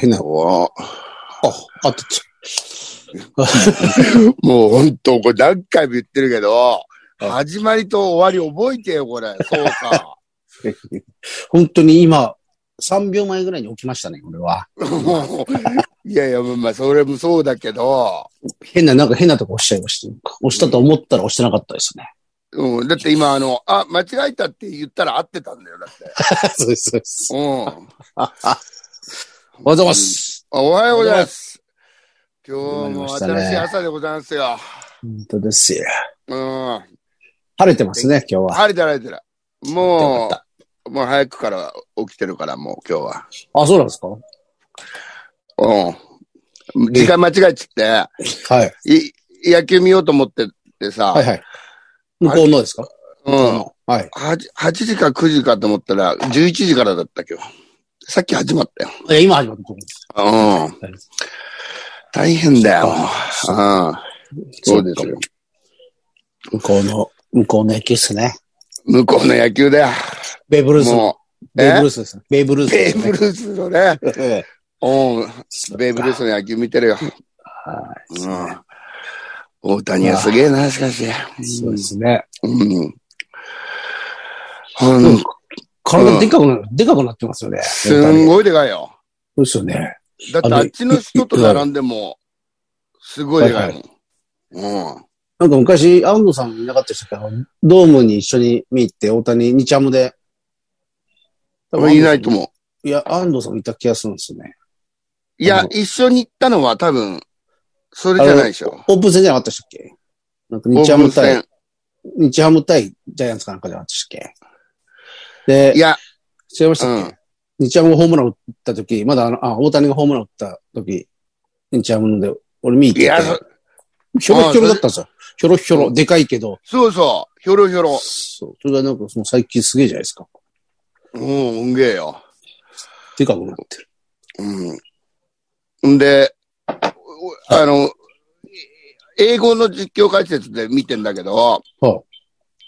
きな。怖あ、あとちもう本当、これ何回も言ってるけど、始まりと終わり覚えてよ、これ。そうか。本当に今、3秒前ぐらいに起きましたね、俺は。も ういやいや、まあ、それもそうだけど、変な、なんか変なとこ押しちゃいました。押したと思ったら押してなかったです ね。うん、だって今、あの、あ、間違えたって言ったら合ってたんだよ、だって。そうです、そうです。うん。おはようございます。おはようございます。今はようござい日まもす新しい朝でございますよ。本当ですよ。うん。晴れてますね、今日は。晴れてる晴れてる。よもかっう、もう早くから起きてるから、もう今日は。た。あ、そうなんですかうん。時間間違えちゃっはい。て、い、野球見ようと思っててさ、はいはい。向こうのですかう。向こうんの。はい。 8, 8時か9時かと思ったら、11時からだった今日。さっき始まったよ。いや、今始まったとこです。うん。大変だよ。うん。そうですよ。向こうの、向こうの野球っすね。向こうの野球だよ。ベーブ・ルース。もう、ベーブ・えルースですね。ベーブ・ルースベですね。ーブ・ルースのね、えうん、えベーブ・ルースの野球見てるよ。はうん。大谷はすげえな、しかし。い。そうですね。うん。うん、体でかくな、でかくなってますよね。すんい。ごいでかいよ。そうですよね。だってあっちの人と並んでも、すごいでかいもん。なんか昔、安野さんいなかったでしたっけドームに一緒に見に行って、大谷、日ハムで。うん。いないと思う。いや、安藤さんもいた気がするんですよね。いやうん、一緒に行ったのは多分、それじゃないでしょ。オープン戦じゃなかったでしたっけなんかオ日ハープムン対戦、。日ハム対ジャイアンツかなんかじゃなかったでしたっけでい、や、違いましたっけ、日ハムがホームラン打った時、まだあの、あ、大谷がホームラン打った時、日ハムので、俺見に行っいてや、て、ひょろひょろだったんですよ。ひょろひょろ、でかいけど。そうそう、ひょろひょろ。そう。それがなんか、その最近すげえじゃないですか。うん、うんげえよ。でかくなってる。うん。んで、おあの、英語の実況解説で見てんだけど、は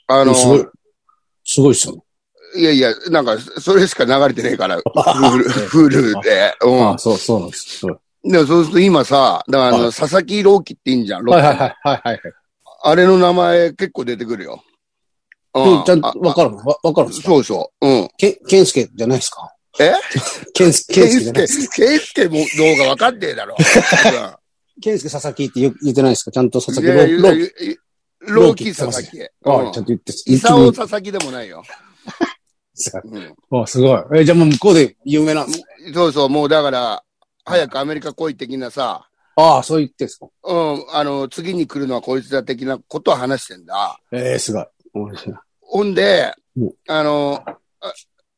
ああ、の、すごい。すごいっすよね。いやいや、なんか、それしか流れてねえから、フール、フールで。あ うそう、そうなんです。はいん。でもそうすると今さ、だからあはの、佐々木朗希って言うんじゃん、ロッはいテはいはいはい。あれの名前結構出てくるよ。うん、ちゃんとあわかるのわわかるんですかそうそう。うん。け、けんすけじゃないですか えけんすけ、ケけイんすけじゃなスいケ、ですかケイスケもどうかわかんねえ だろ。けんすけ佐々木って言う言ってないですかちゃんと佐うん、々い木やロいーロやいーやローキー佐々木。あちうゃんんと言って、イ言ってサるオん佐々木でもないよ。ですかうんあすごい。え、じゃあもう向こうで有名なんですねそうそう、もうだから、早くアメリカ来い的なさ、ああ、そう言ってんすかうん、あの、次に来るのはこいつだ的なことは話してんだ。ええ、すごい。面白いほんでうん、あの、あ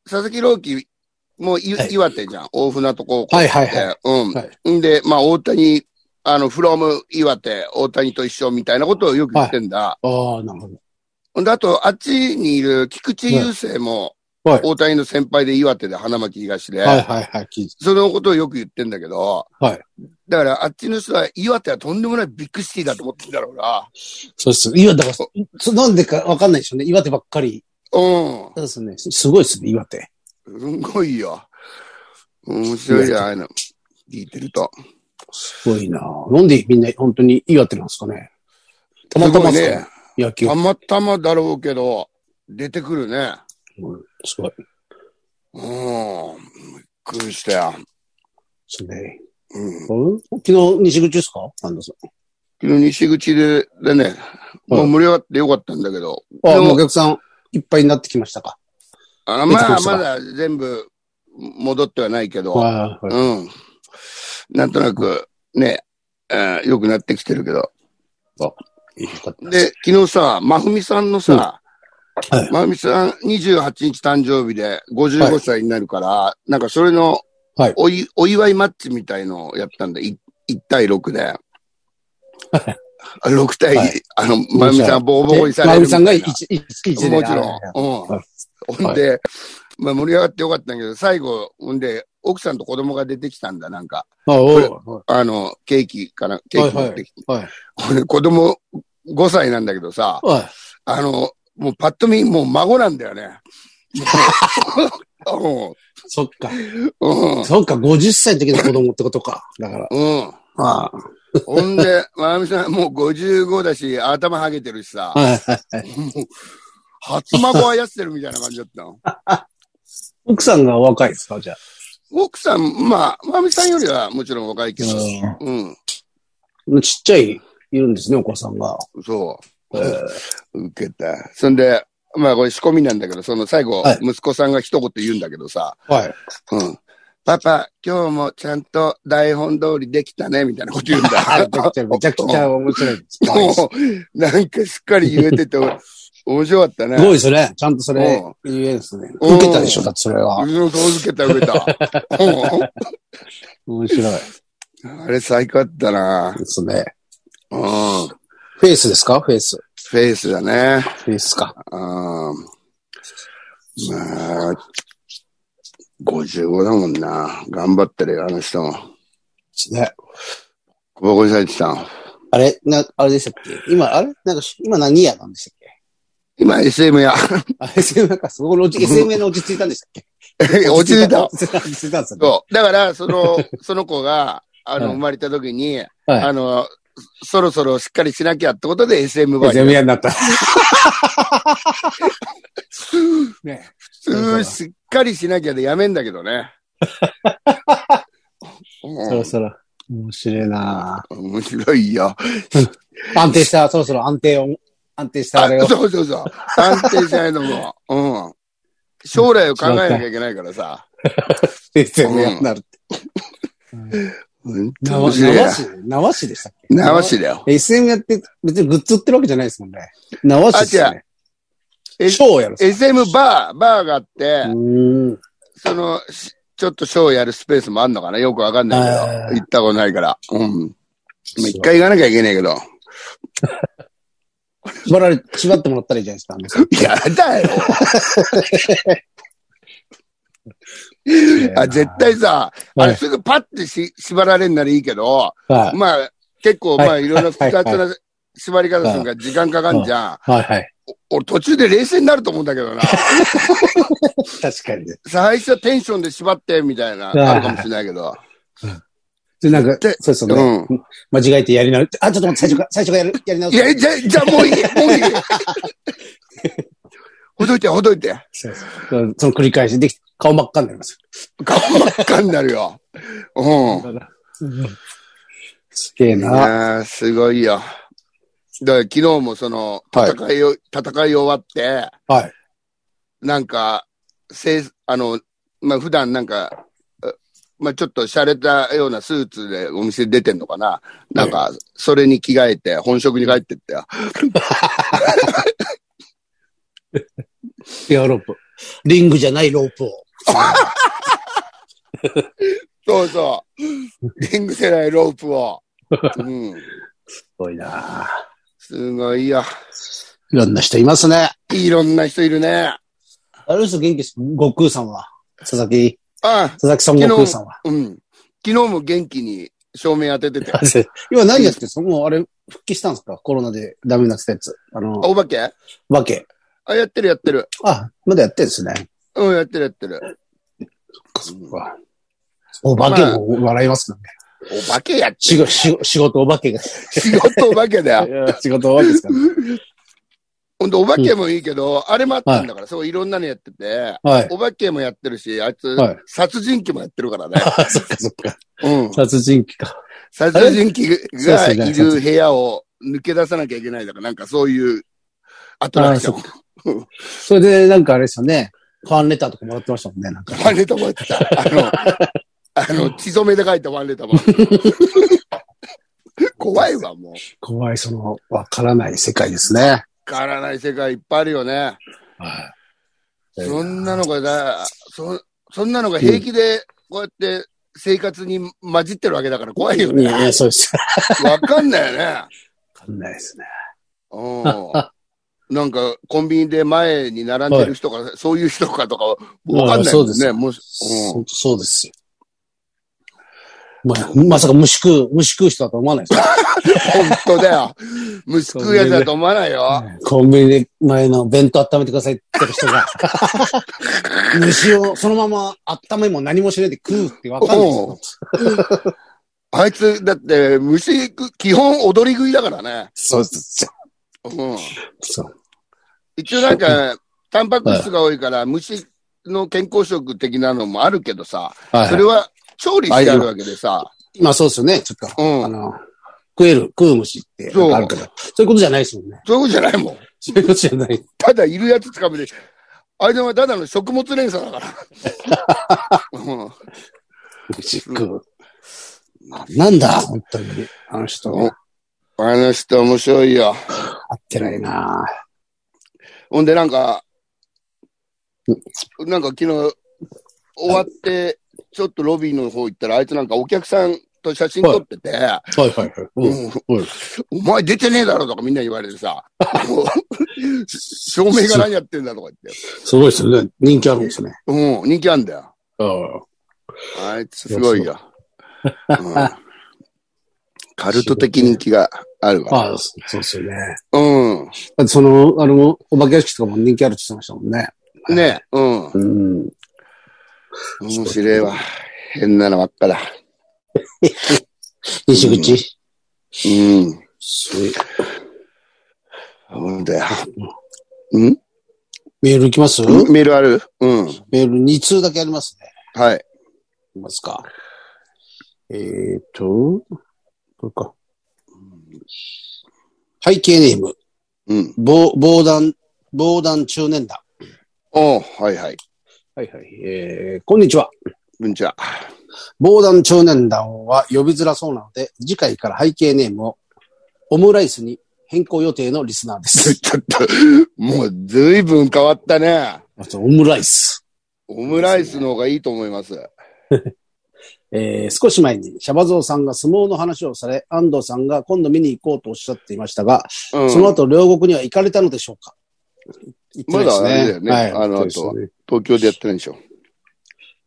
佐々木朗希、もういはい岩手じゃん。大船渡高校はいはいはい。で、うん。はんで、まあ、大谷、あの、フロム岩手、大谷と一緒みたいなことをよく言ってんだ。ああ、なるほど。ほんで、あと、あっちにいる菊池雄星も、はいはい大谷の先輩で岩手で花巻東で、はいはいはい。聞いてそのことをよく言ってんだけど、はいだから、あっちの人は岩手はとんでもないビッグシティだと思ってんだろうな。そうです。岩手が、そなんでかわかんないでしょうね。岩手ばっかり。うそうですね。すすごいですね、岩手。ん。すんごいよ。面白いじゃないの。聞いてると。すごいななんでみんな本当に岩手なんですかね。たまたまですかすごね。いね。野球た。またまだろうけど、出てくるね。うんすごい。うん。びっくりしたよ。ですね。ううん。ん昨日、西口ですか安藤さ昨日西口ででね、もう盛り上がってよかったんだけど、ん。あ、でももうお客さんいっぱいになってきましたか。あのまどうあ、したまだ全部戻ってはないけど、はいはい。うん。なんとなく、ね、えー良くなってきてるけど。で、昨日さ、まふみさんのさ、うんはいまふみさん28日誕生日で55歳になるから、なんかそれのはいおいお祝いマッチみたいのをやったんで、い1対6で。6対、はいあの、まふみさんボコボコにされまみるみさたいんな。が一、一、一でね。もちろはいはいはいはん。うん。ほんで、まあ盛り上がってよかったんだけど、最後、ほんで、奥さんと子供が出てきたんだ、なんか。あ、おこうれあの、ケーキかな、ケーキ持ってきて。はい。ほんで子供5歳なんだけどさ、はい。 あの、もうパッと見、もう孫なんだよね。うん。そっか。うん。そっか、50歳の時の子供ってことか。だから。うん。ああ。ほんで、まゆみさんもう55だし、頭ハゲてるしさ、はいはいはい。初孫あやってるみたいな感じだったの。奥さんがお若いですかじゃあ。奥さん、まあ、まゆみさんよりはもちろん若いけど、ううん。ん。ちっちゃい、いるんですね、お子さんが。そえーう。受けた。そんで、まあこれ仕込みなんだけど、その最後、はい息子さんが一言言うんだけどさ、はい。うん。パパ、今日もちゃんと台本通りできたね、みたいなこと言うんだ。 めちゃくちゃ、めちゃく ちゃ面白いです。すもう、なんかしっかり言えて て、お面白かったね。ごいですね。ちゃんとそれ言えんですね。うん受けたでしょ、だってそれは。うん、そう受けた、受けた。う面白いでんあれ最高だったな。すね。うん。フェイスですかフェイス。フェイスだね。フェイスか。うん。まあ、55だもんな。頑張ってるよ、あの人も。ね。ボコボコにされてた。あれな、あれでしたっけ今、あれなんか、今何やなんでしたっけ今、SM や。 あれ、SM なんか、すごい落ち、SM に落ち着いたんでしたっけ落ち着いた。落ち着いた落ち着いたんですよね。そう。だから、そ の、その子が、あの、はい生まれた時に、あの、そろそろしっかりしなきゃってことで SM バージョン。 SM 屋になった。ね普通しっかりしなきゃでやめんだけ どね。えそろう、そろ。面白いなん面白いよ。ぁ安定した、そろそろ安定を、安定したあれを。そうそうそう。安定しないのも。うん。将来を考えなきゃいけないからさ。 SM 屋になるって。うん縄面白いや市縄市でしたっけ縄師だよ。 ?SM やって、別にグッズ売ってるわけじゃないですもんね。縄市ですよね。えショーをやるんです SM バー、バーがあっう、てーん。その、しちょっとショーやるスペースもあんのかなよくわかんないあけど。ー行ったことないから。うん。まあ一回行かなきゃいけないけど。縛られ、縛ってもらったらいいじゃないですか。や だよ。あ絶対さ、あはれいすぐパッてし縛られんならいいけど、 はい。まあ、結構、はいまあ、いろいろ複雑はいな縛り方するから時間かかんじゃん。はいはい。俺途中で冷静になると思うんだ けどな。確かにね。最初はテンションで縛って、みたいな、はいあるかもしれないけど。で、なんかで、そうですうよね。ん。間違えてやり直あ、ちょっと待って、最初から、最初からやる、やり直いす。や、じゃ、じゃあもういい、 もういい。ほどいて、ほどいて。そうそうその繰り返しでき、顔真っ赤になります。顔真っ赤になるよ。うん。すげえいな。やーすごいよ。だから昨日もその、はい戦いを、戦い終わって、はい。なんか、せい、あの、まあ、普段なんか、えまあ、ちょっと洒落たようなスーツでお店出てんのかななんか、それに着替えて、本職に帰ってったよ。エアロープ。リングじゃないロープを。そうそう。リングせないロープを。うん。すごいな。すごいよ。いろんな人いますね。いろんな人いるね。あの人元気です。悟空さんは。佐々木、あ佐々木さん昨日悟空さんは。うん。昨日も元気に照明当ててて。あ、今何やってるんですかもうあれ、復帰したんですかコロナでダメになってたやつ。あの、お化けわけ。あ、やってるやってる。あ、まだやってるんですね。うん、やってるやってる。お化けも笑いますね。お化けやっ仕事、仕仕事お化けが。仕事お化けだよ。仕事お化けですから、ほんと、お化けもいいけど、あれもあったんだから、そういろんなのやってて、はい。お化けもやってるし、あいつ、はい殺人鬼もやってるから ね。あ、そっかそっか。うん。殺人鬼か。殺人鬼がそうでいすねる部屋を抜け出さなきゃいけないだから、なんかそういうアトラクション。それで、なんかあれですよね。ファンレターとかもらってましたもんね。なんか。ファンレタもやってた。あの、あ の、血染めで書いたファンレタも。怖いわ、もう。怖い、その、わからない世界ですね。変わらない世界いっぱいあるよね。はい。そんなのがだ、そ、そんなのが平気で、こうやって生活に混じってるわけだから怖いよいやいね。や、そうです。わかんない よね。わかんないですね。うん。なんか、コンビニで前に並んでる人が、そういう人かとか、わかんあないそもうんですね。よもうそそうですよ。まあ、まさか虫食う、虫食う人だと思わないですよ。本当だよ。虫食うやつだと思わないよ。コンビニで前の弁当温めてくださいって言ってる人が、 虫をそのまま温めも何もしないで食うってわかるんですよ。あいつ、だって、虫食う、基本踊り食いだからね。そうです。うん。そう。一応なんか、タンパク質が多いから、虫の健康食的なのもあるけどさ、はい、それは調理してあるわけでさ、今そうですよね。ちょっうと、あん。の、食える、食う虫ってなんかあるけど、そういうことじゃないですもんね。そういうことじゃないもん。そういうことじゃない。ただいるやつつかめて、あいつはただの食物連鎖だから。うん虫食う。なんだ、本当に。あの人、うん合あの人面白いよ。ってないなほんでなんか、なんか昨日終わって、ちょっとロビーの方行ったら、あいつなんかお客さんと写真撮ってて、はいはいはい。うん。うんうんお前出てねえだろとかみんな言われてさ、もう照明が何やってんだとか言って。すごいですよね。人気あるんですね。うん、人気あんだよ。うん。あいつすごいよ。うん、カルト的人気があるわ。ああ、そうそうですよね。うん。だってその、あの、お化け屋敷とかも人気あるって言ってましたもんね。ねえ、うん。うん。面白いわ。変なのばっかだ。西口。うん。すごい。ほんだよ。メールいきますんメールあるうん。メール2通だけありますね。はい。いきますか。えーと、これか。背景ネーム、うん。防、防弾、防弾中年団。おうはいはい。はいはい。えー、こんにちは。こんにちは。 防弾中年団は呼びづらそうなので、次回から背景ネームをオムライスに変更予定のリスナーです。ちょっと、もうずいぶん変わったね。あと、オムライス。オムライスの方がいいと思います。えー少し前にシャバゾウさんが相撲の話をされ、安藤さんが今度見に行こうとおっしゃっていましたが、うん。その後両国には行かれたのでしょうか行ってないですまだあれだよね行あのってないですね東京でやってないんでしょ。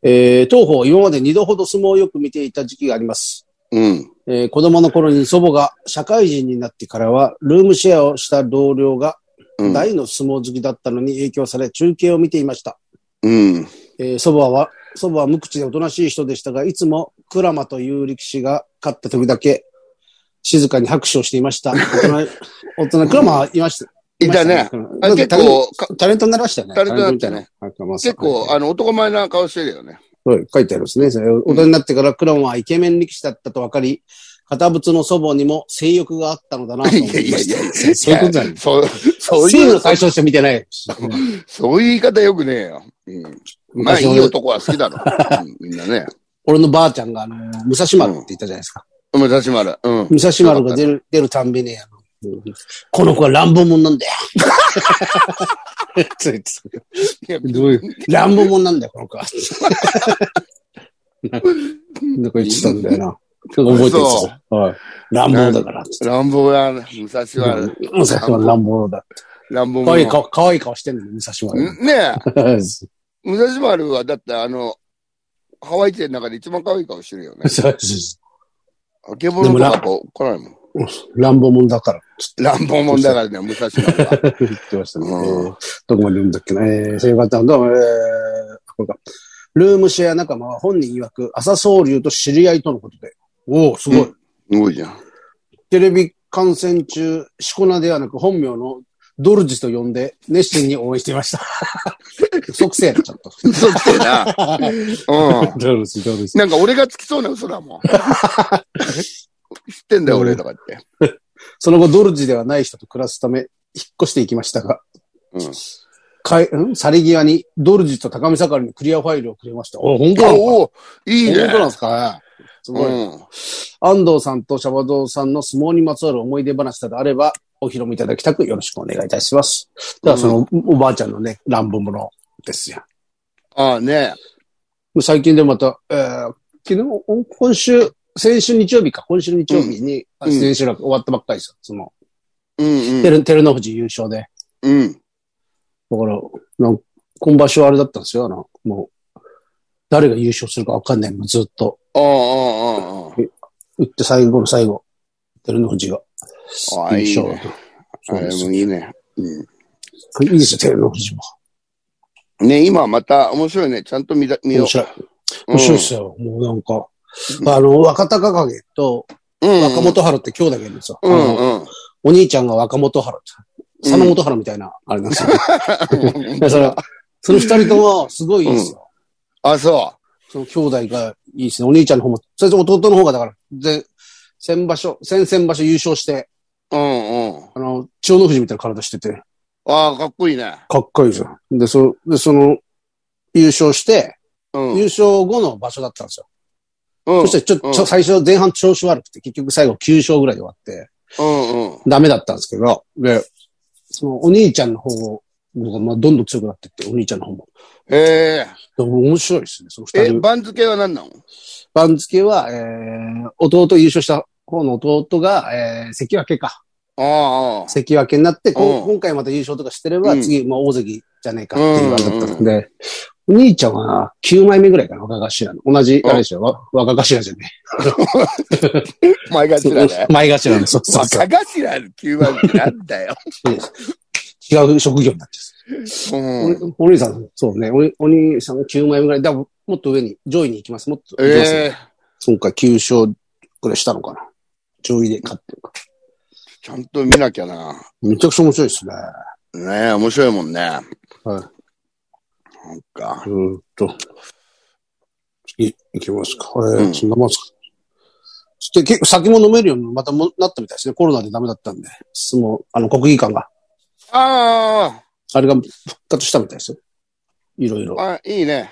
えー当方、今まで二度ほど相撲をよく見ていた時期があります。うん。えー子供の頃に祖母が社会人になってからは、ルームシェアをした同僚がうん。大の相撲好きだったのに影響され、中継を見ていました。うん。えー祖母は、祖母は無口でおとなしい人でしたが、いつもクラマという力士が勝った時だけ、静かに拍手をしていました。大人、 大人、クラマはいました。いたね。いました。あだって結タレン構、かタレントになりましたよね。タレントになったねタレントみたいな。なんか結構、あの、男前な顔してるよね。はい、書いてあるんですね。それ大人になってからクラマはイケメン力士だったと分かり、堅物の祖母にも性欲があったのだなとい思いまや いやしいやいた。やそういうことじゃない。そう、そう性いのう、対象して見てないし。そういう言い方よくねえよ。うん。 まあ、い昔俺い男は好きだろ。うんみんなね。俺のばあちゃんが、あの、武蔵丸って言ったじゃないですか。武蔵丸。うん。武蔵丸が出る、出るたんびに、あの、この子は乱暴者なんだよ。ついついいやどういう乱暴者なんだよ、この子は。なんか言ってたんだよな。なんか覚えてるそぞ。はい。乱暴だから。乱暴や、武蔵うん丸。武蔵丸乱暴だ。乱暴かわいい者。顔、かわいい顔してんのよ、武蔵丸。。ねえ。武蔵丸は、だってあの、ハワイ店の中で一番可愛い顔してるよねそうですあけぼのとかこう来ないもん。乱暴者だから。乱暴者だからね、武蔵丸は。言ってましたね。うんえーどこまで読んだっけな。えー、そういう方どうも、えー、これか。ルームシェア仲間は本人曰く、朝総流と知り合いとのことで。おお、すごい。うすごいじゃん。テレビ観戦中、しこ名ではなく本名のドルジと呼んで、熱心に応援していました。 嘘くせえな、ちょっと。嘘つ けな。うん。ドルジ、ドルジ。なんか俺がつきそうな嘘だもん。知ってんだよ、俺とかって。その後、ドルジではない人と暮らすため、引っ越していきましたが、うん。かい、ん去り際に、ドルジと高見盛りのクリアファイルをくれました。お、本当なのかおおいいね本。当なんですかねすごい。うん。安藤さんとシャバゾウさんの相撲にまつわる思い出話などあれば、お披露目いただきたくよろしくお願いいたします。では、その、おばあちゃんのね、乱暴者ですよ。ああね。最近でまた、えー昨日、お今週、先週日曜日か、今週日曜日に、ん千秋楽終わったばっかりですよ。その、うんうん。照照ノ富士優勝で。だかうん。ら、なん今場所はあれだったんですよ。あの、もう、誰が優勝するかわかんないもん、ずっと。ああ、ああ、ああ。打って最後の最後、照ノ富士が。スあピあ、ンいシいョーねト。。そあうでれすもいいね。うん。いいですよ、照ノ富士も。ね、今また面白いね。ちゃんと見た見よ面う。白い。面白いですよ、もうなんか。あの、若隆景とうん。若元春って兄弟がいるんですよ。うあのんうん。お兄ちゃんが若元春って。佐野元春みたいな、あれなんですよ。いやそれその二人ともすごいいいですよ。 あ、そその兄弟がいいですね。お兄ちゃんの方も、それと弟の方がだから、で、先場所、先々場所優勝して、う。うんうん。あの、千代の富士みたいな体してて、ああ、かっこいいね。かっこいいですよ。で、そでその、優勝して、うん。優勝後の場所だったんですよ。うんそしてちょっと、ちうょん最初前半調子悪くて、結局最後9勝ぐらいで終わって、うんうん。ダメだったんですけど、で、そのお兄ちゃんの方が、まあ、どんどん強くなってって、お兄ちゃんの方も。へえ。でも面白いですね、その二え、人。番付は何なの番付は、えー、弟優勝した方の弟が、えー、関脇か。あ関脇になって、こんうん今回また優勝とかしてれば、うん次、まあ、大関じゃねえかっていう感じだったうんで、お兄ちゃんはな、9枚目ぐらいかな、若頭の。同じ、うんあれでしょ、わ若頭じゃねあ。前え。頭ね。 前頭の、そうそうそう若頭の9番ってなんだよ。違う職業になっちゃ ううんんで。す。おお兄さん、そうね、おお兄さんが9枚目ぐらい、だからもっと上に、上位に行きます。もっと行きます、ええ。今回9勝ぐらいしたのかな。上位で勝ってるから。ちゃんと見なきゃな。めちゃくちゃ面白いですね。ねえ、面白いもんね。はい。はなんか。うーんと。次、行きますか。えーうんそんなもんすか。そして結構酒も飲めるようにまたもなったみたいですね。コロナでダメだったんで。もう、あの、国技館が。ああれが復活したみたいですよ。いろいろあ。。あ、いいね。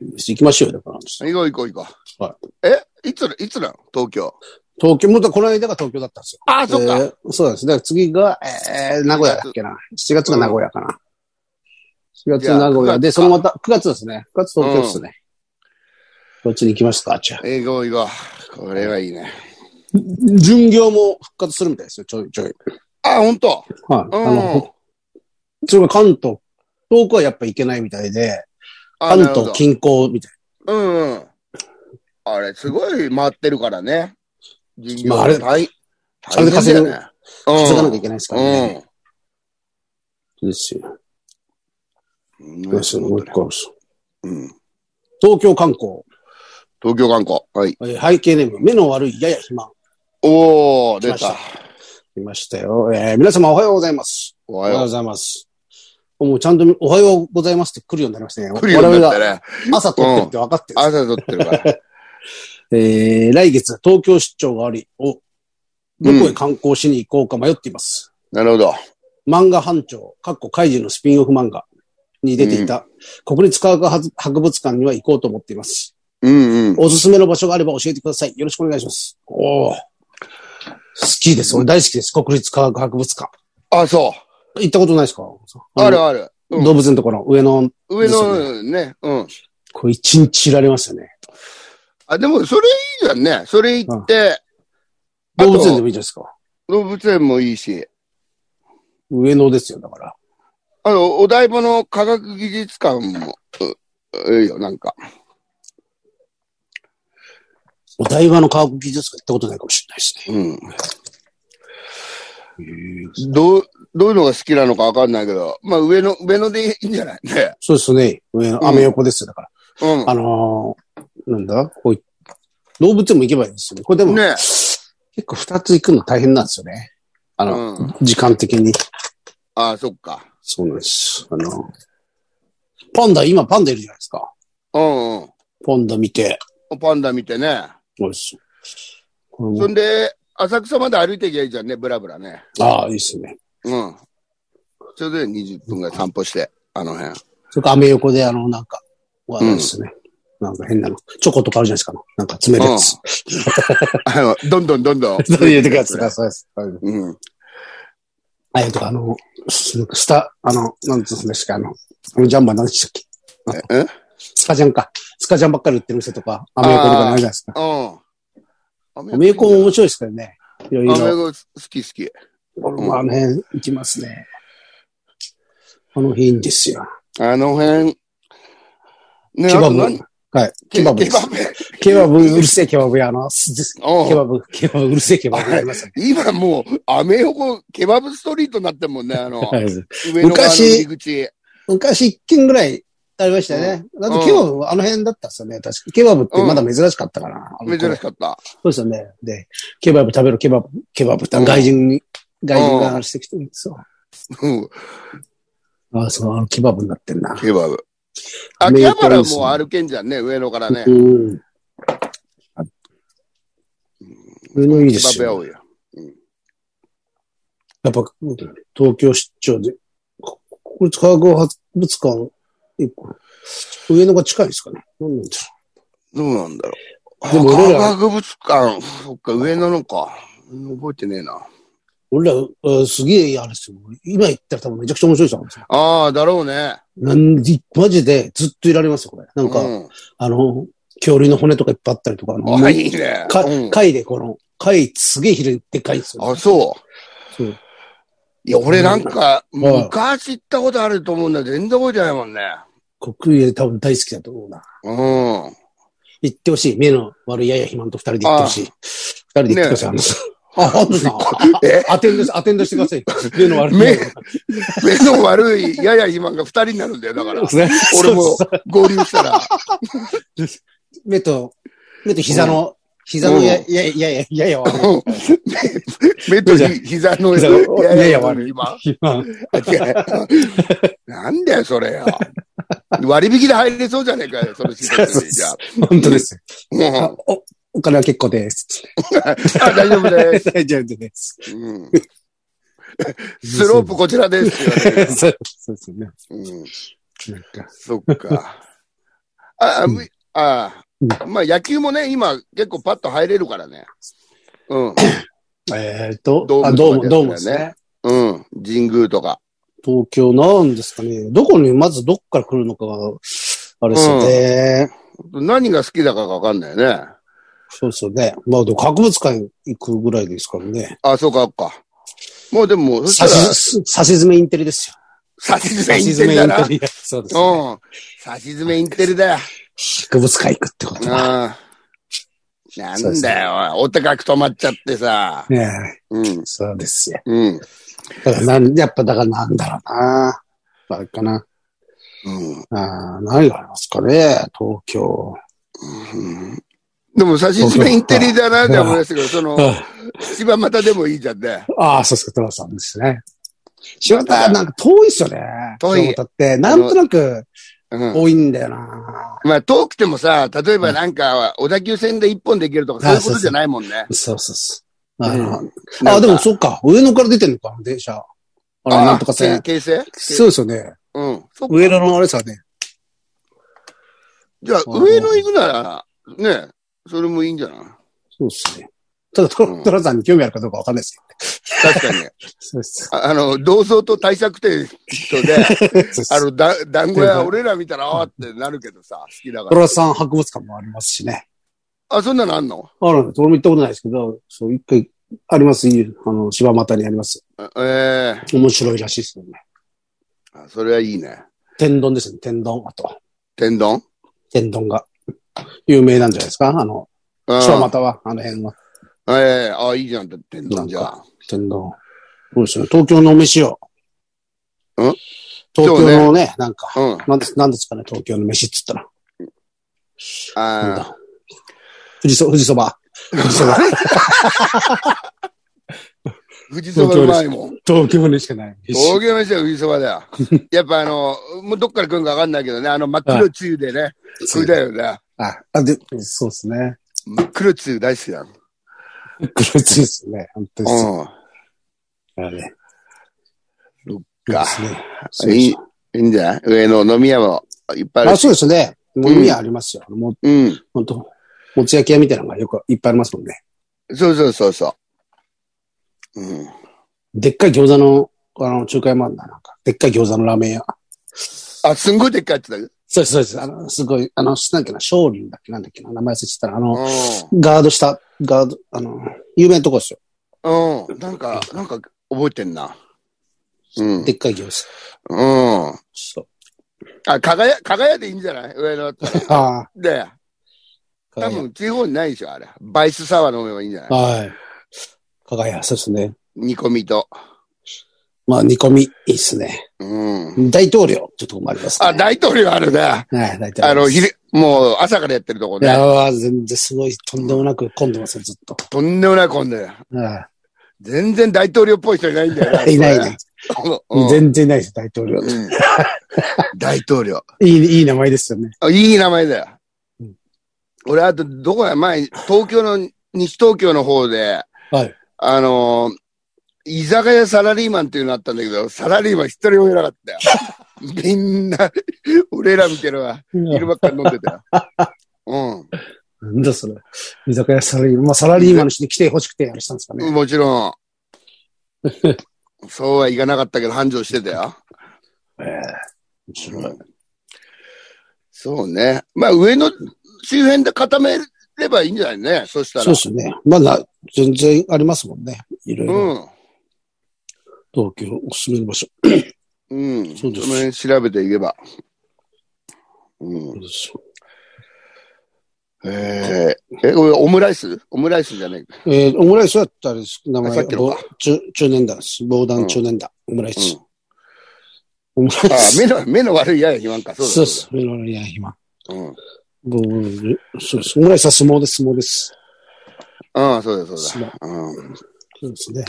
行きましょうよ、だから。行こう行こう行こう。。はいえ、いつな、いつなの東京。東京、もうこの間が東京だったんですよ。ああ、そっか。えーそうなんです。だから次が、えー、名古屋だっけな。7月が名古屋かな。7月名古じゃあ屋9で、月そのまた、9月ですね。9月東京ですね。こっちに行きますか、じゃあ。えー、行こう行こう。これはいいね。巡業も復活するみたいですよ、ちょいちょい。あ、ほんとはい。うん。あの、それが関東、遠くはやっぱ行けないみたいで、あ関なるほ東ど近郊みたいうんうん。あれ、すごい回ってるからね。人まああれ大あれで稼ぐ大変だよねな。稼がなきゃいけないですからね。うん。ですよ。うん。ですよ、もう一個あるしうん。東京観光。東京観光。はい。えー背景ネーム、目の悪いやや肥満。おー、出来ましたた。いましたよ。えー皆様おはようございます。おおははようよございます。もうちゃんとおはようございますって来るようになりましたね。う。来るよう我に々なったがね。朝撮ってるって分かってるんで朝撮ってるから。す、えー来月東京出張があり、お、どこへ観光しに行こうか迷っています。なるほど。漫画班長、かっこ怪獣のスピンオフ漫画に出ていた、国立科学博物館には行こうと思っています。うんうん。おすすめの場所があれば教えてください。よろしくお願いします。おお。好きです。俺大好きです。国立科学博物館。あ、そ行ったことないですかう。あるのある。うん動物のところ、上の、上でのね、うん。これ一日いられましたね。あ、でも、それいいじゃんね。それ行って、あと動物園でもいいじゃないですか。動物園もいいし、上野ですよ、だから。あの、お台場の科学技術館も、ういいよ、なんか。お台場の科学技術館行ったことないかもしれないですうん。ね。どう、どういうのが好きなのかわかんないけど、まあ、上野、上野でいいんじゃないね。そうですね。上の、アメ横ですよ、だから。うん。あのー、なんだこうい動物園も行けばいいんですよね。これでも、ね結構二つ行くの大変なんですよね。あの、うん。時間的に。ああ、そっか。そうなんです。あの、パンダ、今パンダいるじゃないですか。うん、うん。パンダ見て。パンダ見てね。そうです。これそも、んで、浅草まで歩いてきゃいいじゃんね、ブラブラね。ああ、いいですね。うん。それで20分ぐらい散歩して、あの辺。それからアメ横で、あの、なんか、あれですね。なんか変なの。チョコとかあるじゃないですか。なんか詰めるやつ。 あの、どんどんどんどん。 そういうやつが、そうです。うん。あえっと、あの、すなんかスタ、あの、なんつうんですか、あの、あのジャンバー何でしたっけえうん。スカジャンか。スカジャンばっかり売ってる店とか、アメ横とかないじゃないですか。アメアメ横も面白いですけどね。いろいアメろ。横好き好き。まあね、行きますね。この日いいんですよ。あの辺。ね、ケあバとブ何、はい。ケケババブブ。です。ケバブ、うるせえケバブやな。すおうケバブ、ケバブ、うるせえケバブやりますね。今もう、アメ横、ケバブストリートになってんもんね、あの、 はい上野側の入り口。昔一軒ぐらいありましたよね。だってケバブ、あの辺だったっすよね。確か。ケバブってまだ珍しかったかな。あの頃珍しかった。そうですよね。で、ケバブ食べろ、ケバブ、ケバブって、うん外人に、外人が話してきてるんですよ。うん、ああ、そう、あのケバブになってんな。ケバブ。秋葉原も歩けんじゃんね、上野からね。うん。あ上のいいでケバすブやよ。多いよ。やっぱ、東京出張で、こ国立科学博物館、一個上野が近いんですかね。なんなんでしどうなんだろう。でも俺ら科学物館、そっか、上野のか。うん覚えてねえな。ょう俺ら、あすげえ、あれですよ。今行ったら多分めちゃくちゃ面白い人なんですよ。ああ、だろうね。なんで、マジでずっといられますよ、これ。なんか、うん、あの、恐竜の骨とかいっぱいあったりとか、あのあ、いいね。かうん、貝でこの、貝すげえ広い、でっかいんですよ。あ、そう。そういや、俺なんか、ん昔行ったことあると思うんだけど、全然覚えてないもんね。国営で多分大好きだと思うな。うん。行ってほしい。目の悪いやや肥満と二人で行ってほしい。二人で行ってください。あのあ、本当ですか えあアテンドし、アテンドしてください。目の悪い。目目の悪い、やや肥満が二人になるんだよ、だから。ね俺もそうそう合流したら。目と、目と膝の、膝のや、や、や、や、やや悪い。うん目とひ膝の膝のやややや悪悪いい今。 肥満なんだよ、それよ。割引で入れそうじゃねえかよ、その施設に。じゃあ。本当です。うんあお、お金は結構です。あ、大丈夫で す。大丈夫です。うんスロープこちらですよね。そうそうですよね。うんなんか、そっか。あ、あむああ、まあ野球もね、今結構パッと入れるからね。うん。えっ、と、ドームあ、ドーとかム、でやドーったムよねですね。うん。神宮とか。東京なんですかね。どこに、まずどっから来るのかが、あれですよね。何が好きだかがわかんないよね。そうですよね。まあ、でも博物館行くぐらいですからね。あ、そうか、か。もうでも、そしたさら、し、さし詰めインテリですよ。さし詰さめしイン詰テめリイだンな。うんテリそうです、ね。。さし詰めインテリだよ。博物館行くってこうん。とだ。なそうでんすねだよ、おいお高く止まっちゃってさ。ねえうん。そうですよ。うん。だからなん、やっぱだからなんだろうな。あれかな。うん。あー何がありますかね、東京。うんでも、さし詰めインテリだなって思いますけど、その、あ芝又でもいいじゃんね。あー、そうですか、トラさんですね。仕事はなんか遠いっすよね。遠い柴田って、なんとなくうん。多いんだよな。まあ、遠くてもさ、例えばなんか、小田急線で一本で行けるとか、そういうことじゃないもんね。そうそうそう。あの、なんあ、かでも、そっか。上野から出てんのか、電車。あれ、あなんとかせ線。京成そうですよね。うん。そっか上野のあれさね。じゃあ、上野行くなら、ね、それもいいんじゃないそうですね。ただ、トうんラトラさんに興味あるかどうかわかんない です確かに。けど。そうです。ああの、同窓と対策店とで、 あの、だ、団子屋、俺ら見たら、あーってなるけどさ、好きだかトら。ラさん博物館もありますしね。あ、そんなのあんのあるんです。俺も行ったことないですけど、そう、一回、あります。いいあの、柴又にあります。ええ面白いらしいですよね。ーあそれはいいね。天丼ですね、天丼。あと、天丼天丼が。有名なんじゃないですかあの、うん。柴又は、あの辺は。ええあ、いいじゃん、天丼じゃあ。天丼。そうですね。東京のお飯を。ん東京のね、なんか、うん。なんです、なんですかね、東京の飯っつったら。なんあだ。富士そ、富士そば。富士そば。ー富士そばうまいもん。東京にしかない。大げましは富士そば だよ。やっぱあの、もうどっから来るかわかんないけどね、あの真っ黒つゆでね、食いたいよね。あ、あ、で、そうですね。真っ黒つゆ大好きだ。うん。グルーツですね。本当です。あれ。そっでかすね。いい、いいんじゃない上の飲み屋もいっぱいああ、るし。そうですね。もううん意味ありますよ。もう、うん。本当もつ焼き屋みたいなのがよくいっぱいありますもんね。そうそうそうそう。うん。でっかい餃子の、あの、中華屋もあるな、なんか。でっかい餃子のラーメン屋。あ、すんごいでっかいやつだけど。そうです、そうです。あの、すごい、あの、なんだっけな、少林だっけなんだっけな、名前忘れてたら、あの、ガードした、ガード、あの、有名なとこですよ。うん。うん。なんか、なんか覚えてんな。うん。でっかい餃子。うん。そう。あ、かがや、かがやでいいんじゃない上 野だったら。あで、あ、多分地方にないでしょ、あれ。バイスサワー飲めばいいんじゃないはい。かがや、そうですね。煮込みと。まあ、煮込み、いいっすね。うん。大統領っていうとこもありますね。あ、大統領あるね。はい、大統領。あの、昼、もう朝からやってるとこいね。やー、全然すごい、とんでもなく混んでますよ、ずっと。とんでもない混んでる。は全然大統領っぽい人いないんだよな。 いいないね。これ。うんう ん全然いないです、大統領。いうん大統領。い、いい名前ですよね。あいい名前だようん。俺、あと、どこや、前、東京の、西東京の方で、はい。あのー居酒屋サラリーマンっていうのあったんだけど、サラリーマン一人もいなか ったよ。みんな、俺ら見てるわ。昼ばっかり飲んでたよ。なんだそれ。居酒屋サラリーマン、まあ、サラリーマンの人に来て欲しくてやるしたんですかうね。ん。 もちろん。そうはいかなかったけど、繁盛してたよ。ええ面白い。そうね。まあ、上の周辺で固めればいいんじゃないね。そしたら。そうですよね。まだ全然ありますもんね。いろいろ。うん。東京おすすめの場所。うん。そうですの辺調べていけば。うん。えー、え、これオムライスオムライスじゃない。えー、オムライスはあれです。名前あさっきのぼか中中年団です。防弾中年団、オムライス。オムあライ ス。目の、目の悪いやや、ひまんか。そうだそうです。メロリアン暇。うん。ぼそうです。オムライスは相撲です、相撲です。うん、そうだ、そう相撲。だ。うん。そうですね。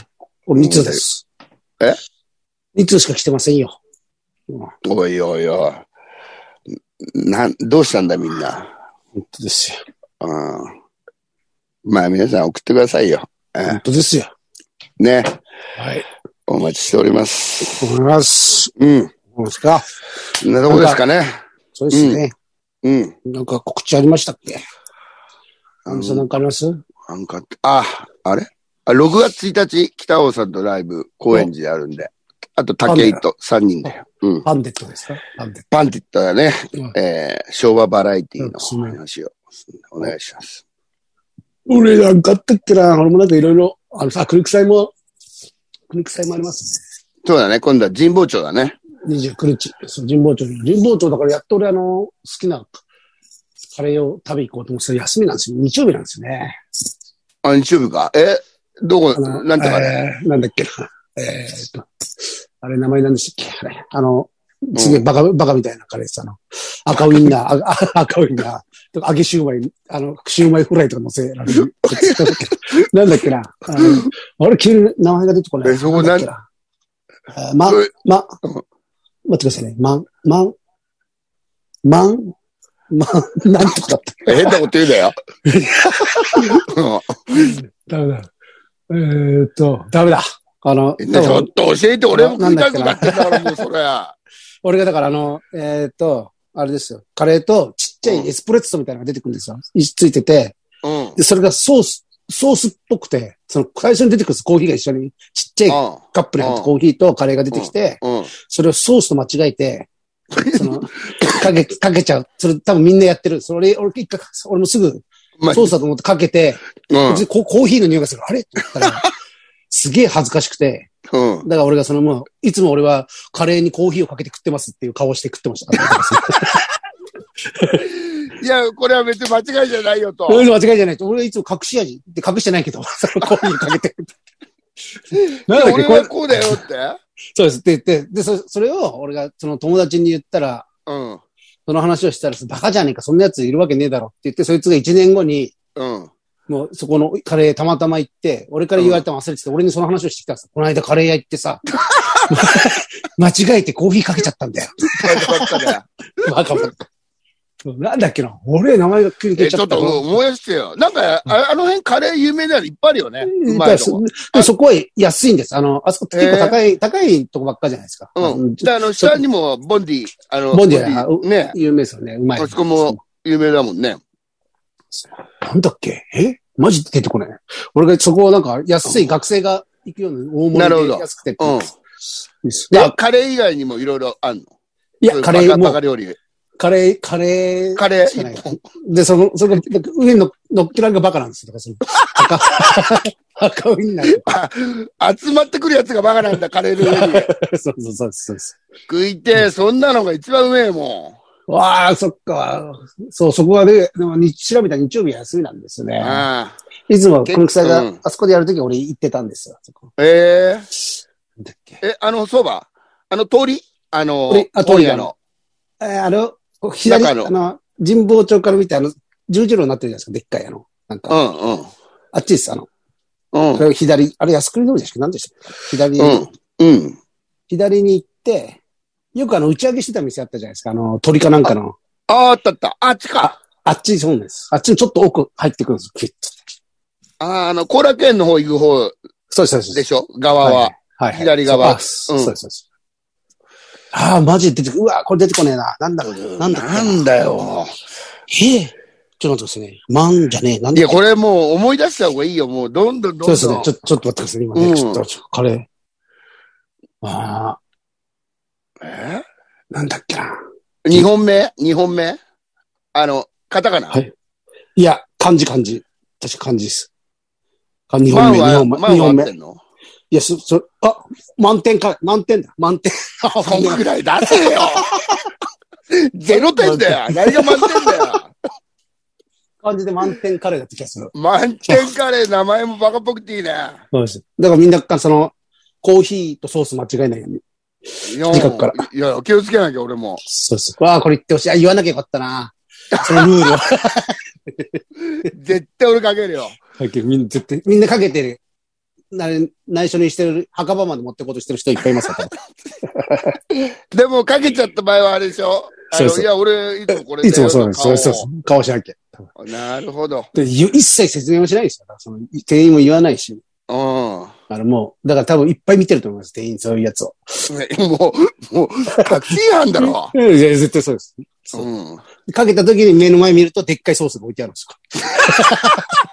俺2通です。え ?2 通しか来てませんよ。おいおいおい。なん、どうしたんだ、みんな。本当ですよ。うん。まあ、皆さん送ってくださいよ。え本当ですよ。ね。はい。お待ちしております。思います。うん。どうですかそんなとこですかね。そうですね。うん。なんか告知ありましたっけあアンジュさんなんかありますなんか、あ、あれあ ?6 月1日、北尾さんとライブ、高円寺であるんで。あと、竹井と3人で。うん。パンデットですかパンデッパンティットだねうん、えー、昭和バラエティのそうですね話をお願いします。ト。俺なんかあったっけな俺もなんかいろいろ、あのさ、クリクサイも、クリクサイもありますそうだね、今度は神保町だね。ね。29日。そう、神保町に。神保町だからやっと俺あの、好きなカレーを食べ行こうと思ってたら休みなんですよ。日曜日なんですよね。あ、日曜日か。えどこあ、のなんとかね。えーなんだっけな。えーっと、あれ名前なんでしたっけあれ。あの、すげえバカ、バカみたいなカレーです。あの、赤ウインナー、ああ赤ウインナー、とか揚げシューマイ、あの、シューマイフライとか乗せられる。なんだっけな。あのあれ、急に名前が出てこない。えそこなんだっけな。あま、ま、待ってくださいね。ま、ま、ま、ま、なんとかだった。変なこと言うなよ。 ダメだ。えーっと、ダメだ。あの、うんちょっと教えて、俺も食いたくななってんだから、もうそれ。 あ俺がだからあの、えーっと、あれですよ。カレーとちっちゃいエスプレッソみたいなのが出てくるんですよ。いついてて。うん。うん。で、それがソース、ソースっぽくて、その最初に出てくるんですコーヒーが一緒に、ちっちゃいカップに入ったコーヒーとカレーが出てきて、うん。それをソースと間違えて、そ の、かけ、かけちゃう。それ多分みんなやってる。それ、俺、一回、俺もすぐ、まあソースだと思ってかけて、うん別にココーヒーの匂いがする。あれだから、 すげえ恥ずかしくて、うん。だから俺がそのもう、いつも俺はカレーにコーヒーをかけて食ってますっていう顔をして食ってました。いや、これは別に間違いじゃないよと。そういうの間違いじゃないと。俺はいつも隠し味って隠してないけど、 そのコーヒーかけて。なんだっけ俺これはこうだよって。そうです。って言って、で、そそれを俺がその友達に言ったら、うん。その話をしたら、バカじゃねえか、そんな奴いるわけねえだろって言って、そいつが1年後に、うん。もうそこのカレーたまたま行って、俺から言われたの忘れてて、俺にその話をしてきたんですよこの間カレー屋行ってさ、 間違えてコーヒーかけちゃったんだよ。ばっ かだよバカバカ。なんだっけな俺、名前が急に消え、えちちゃょっったと思い出してよ。なんか、ああの辺カレー有名なのいっぱいあるよね。うまいとこ。でそこは安いんです。あの、あそこ結構高い、高いとこばっかじゃないですか。うん。で、あの、ちょ下にも、ボンディ、あの、ボンディだね。有名ですよね。うまい。あそこも。有名だもんね。なんだっけえマジで出てこない。俺がそこをなんか安い学生が行くような大なる盛ほりどで安くて。うんですで、カレー以外にもいろいろあんの。いや、カレバーカバもカ、料理。カレー、カレー。カレーしかない一本。で、その、その、なんか上にの乗っけられるのがバカなんですよ。だからその、 赤、赤ウインナー。あ 集まってくるやつがバカなんだ、カレーの上 に。そうそうそうですそうです。食いてえ、そんなのが一番うめえもわあ、そっか。そう、そこはね、でも日、調べたら日曜日休みなんですよん。ね。ああいつも、この草うがん、あそこでやるとき俺行ってたんですよ。そこえなんだっけ。ええ、あの、そばあの通りあの通り、あ本通り屋だのね。えーあの、左、あ中のの、神保町から見て、あの、十字路になってるじゃないですか、でっかいあの。なんうか、んうん。あっちです、あの、うん。左、あれ靖国通りでしたっけ何でしたっけ左、うん。うん。左に行って、よくあの、打ち上げしてた店あったじゃないですか、あの、鳥かなんかの。ああ、あったあった。あっちか。あっち、そうなんです。あっちにちょっと奥入ってくるんですよ、キュッと。ああ、あの、後楽園の方行く方そうです、そうでです。しょ側はいは。はいはい。左側そううんあそうです、そうです。ああ、マジで出てくる。うわ、これ出てこねえな。なんだろう。なんだっけなんだよ。ええ。ちょっと待ってくださいね。マンじゃねえ。なんいだや、これもう思い出した方がいいよ。もう、どんどんどんそうどですね。ん。ちょっと、ちょっと待ってください。今ね、うんちょっと、ちょっと、カレー。ああ、えなんだっけな。二本目二本目あの、カタカナはいいや、漢字漢字。確か漢字です。あ二本マン目、二は、本目、マン二は本合目っ。てんのいや、そ、そ、あ、満点か、満点だ、満点。 あそんぐらい出せ よゼロ点だよ何が満点 だよ感じで満点カレーだった気がする。満点カレー、名前もバカっぽ くていいね。そうです。だからみんなか、その、コーヒーとソース間違えないように。自自覚からいや、気をつけなきゃ、俺も。そうです。わあ、これ言ってほしい。あ、言わなきゃよかったな。そのルールは。絶対俺かけるよ。みんな絶対、みんなかけてる。なれ内緒にしてる、墓場まで持ってこうとしてる人いっぱいいます から。でも、かけちゃった場合はあれでしょあそうのそういや、俺、いつもこれだよいつもそうなんです。そうです。そうです顔しなきゃ。顔をなるほど。で、ゆ一切説明もしないですよ。だからその店員も言わないし。うん。 あのもう、だから多分いっぱい見てると思います。店員、そういうやつを。ねもう、もう、確信犯だろ。いや、いや絶対そうです。そううん。かけた時に目の前見ると、でっかいソースが置いてあるんですよ。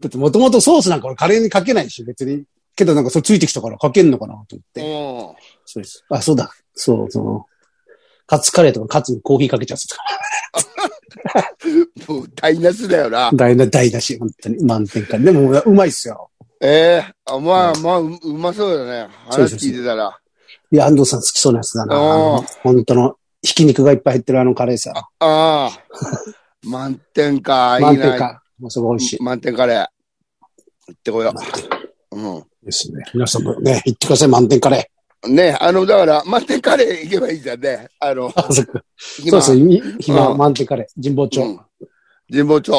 だってもともとソースなんか俺カレーにかけないし、別に。けどなんかそれついてきたからかけんのかなと思って。うん。そうです。あ、そうだ。そう、その、カツカレーとかカツにコーヒーかけちゃってたかもう、台無しだよなら。。台無台無し、本当に。満点か。でも、うまいっすよ。ええあまあまあ、ううまそうだね。そう話そうそう聞いてたら。いや、安藤さん好きそうなやつだな。あおーの本当の、ひき肉がいっぱい入ってるあのカレーさ。ああ。満点か、いいな。満点か。もうすごい美味しい。満点カレー。行ってこよ満う。うん。ですね。皆さんもね、言ってください、満点カレねあの、だから、満点カレー行けばいいじゃんね。あの、ー。そう今そう、い暇、うん満点カレー。神保町。うん神保町、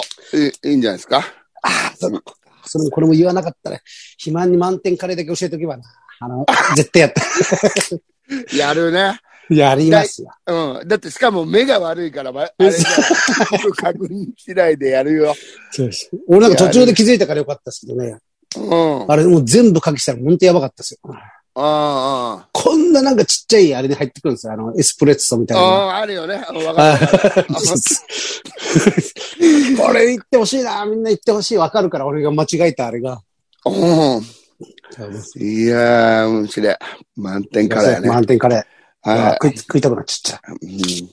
いいいんじゃないですか。ああ、そうかそれもこれも言わなかったね。暇に満点カレーだけ教えとけばな。あの、絶対や った。やるね。やりますよ。うん。だって、しかも目が悪いから、まあれじゃん 確認しないでやるよ。そうです。俺なんか途中で気づいたからよかったですけどね。うん。あれもう全部書きしたら本当やばかったですよ。あこんななんかちっちゃいあれに入ってくるんですよ。あの、エスプレッソみあ、たいな。ああ、あるよね。うんわかある。ー そうそうこれ言ってほしいな。みんな言ってほしい。わかるから俺が間違えたあれが。うん。いやー、面白い。満点カレーね。満点カレー。あーは食い食いたくなっちゃっい。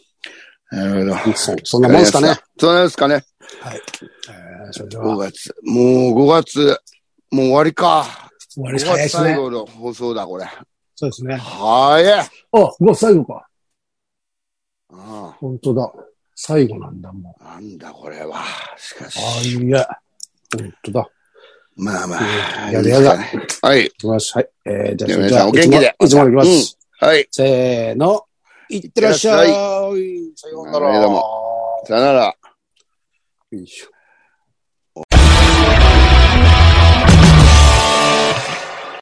うん。なるほた。ど。そうそんなもんすかね。。そうなんですかね。えーそれで5は月。もう5月、もう終わりか。終わ5りです早いで月す最ね。後の放送だ、これ。そうですね。早い。あ、5月最後か。うん本当だ。最後なんだもん。なんだこれは。しかし。あーいや。本当だ。まあまあ。やだやだいいですかねはい。いきます。はい。えー、じゃあ、それ皆じゃさあ、んお元気でいつものいつものいきます。はい。せーの。いってらっしゃい。さようなら。どうもさよなら。よいしょ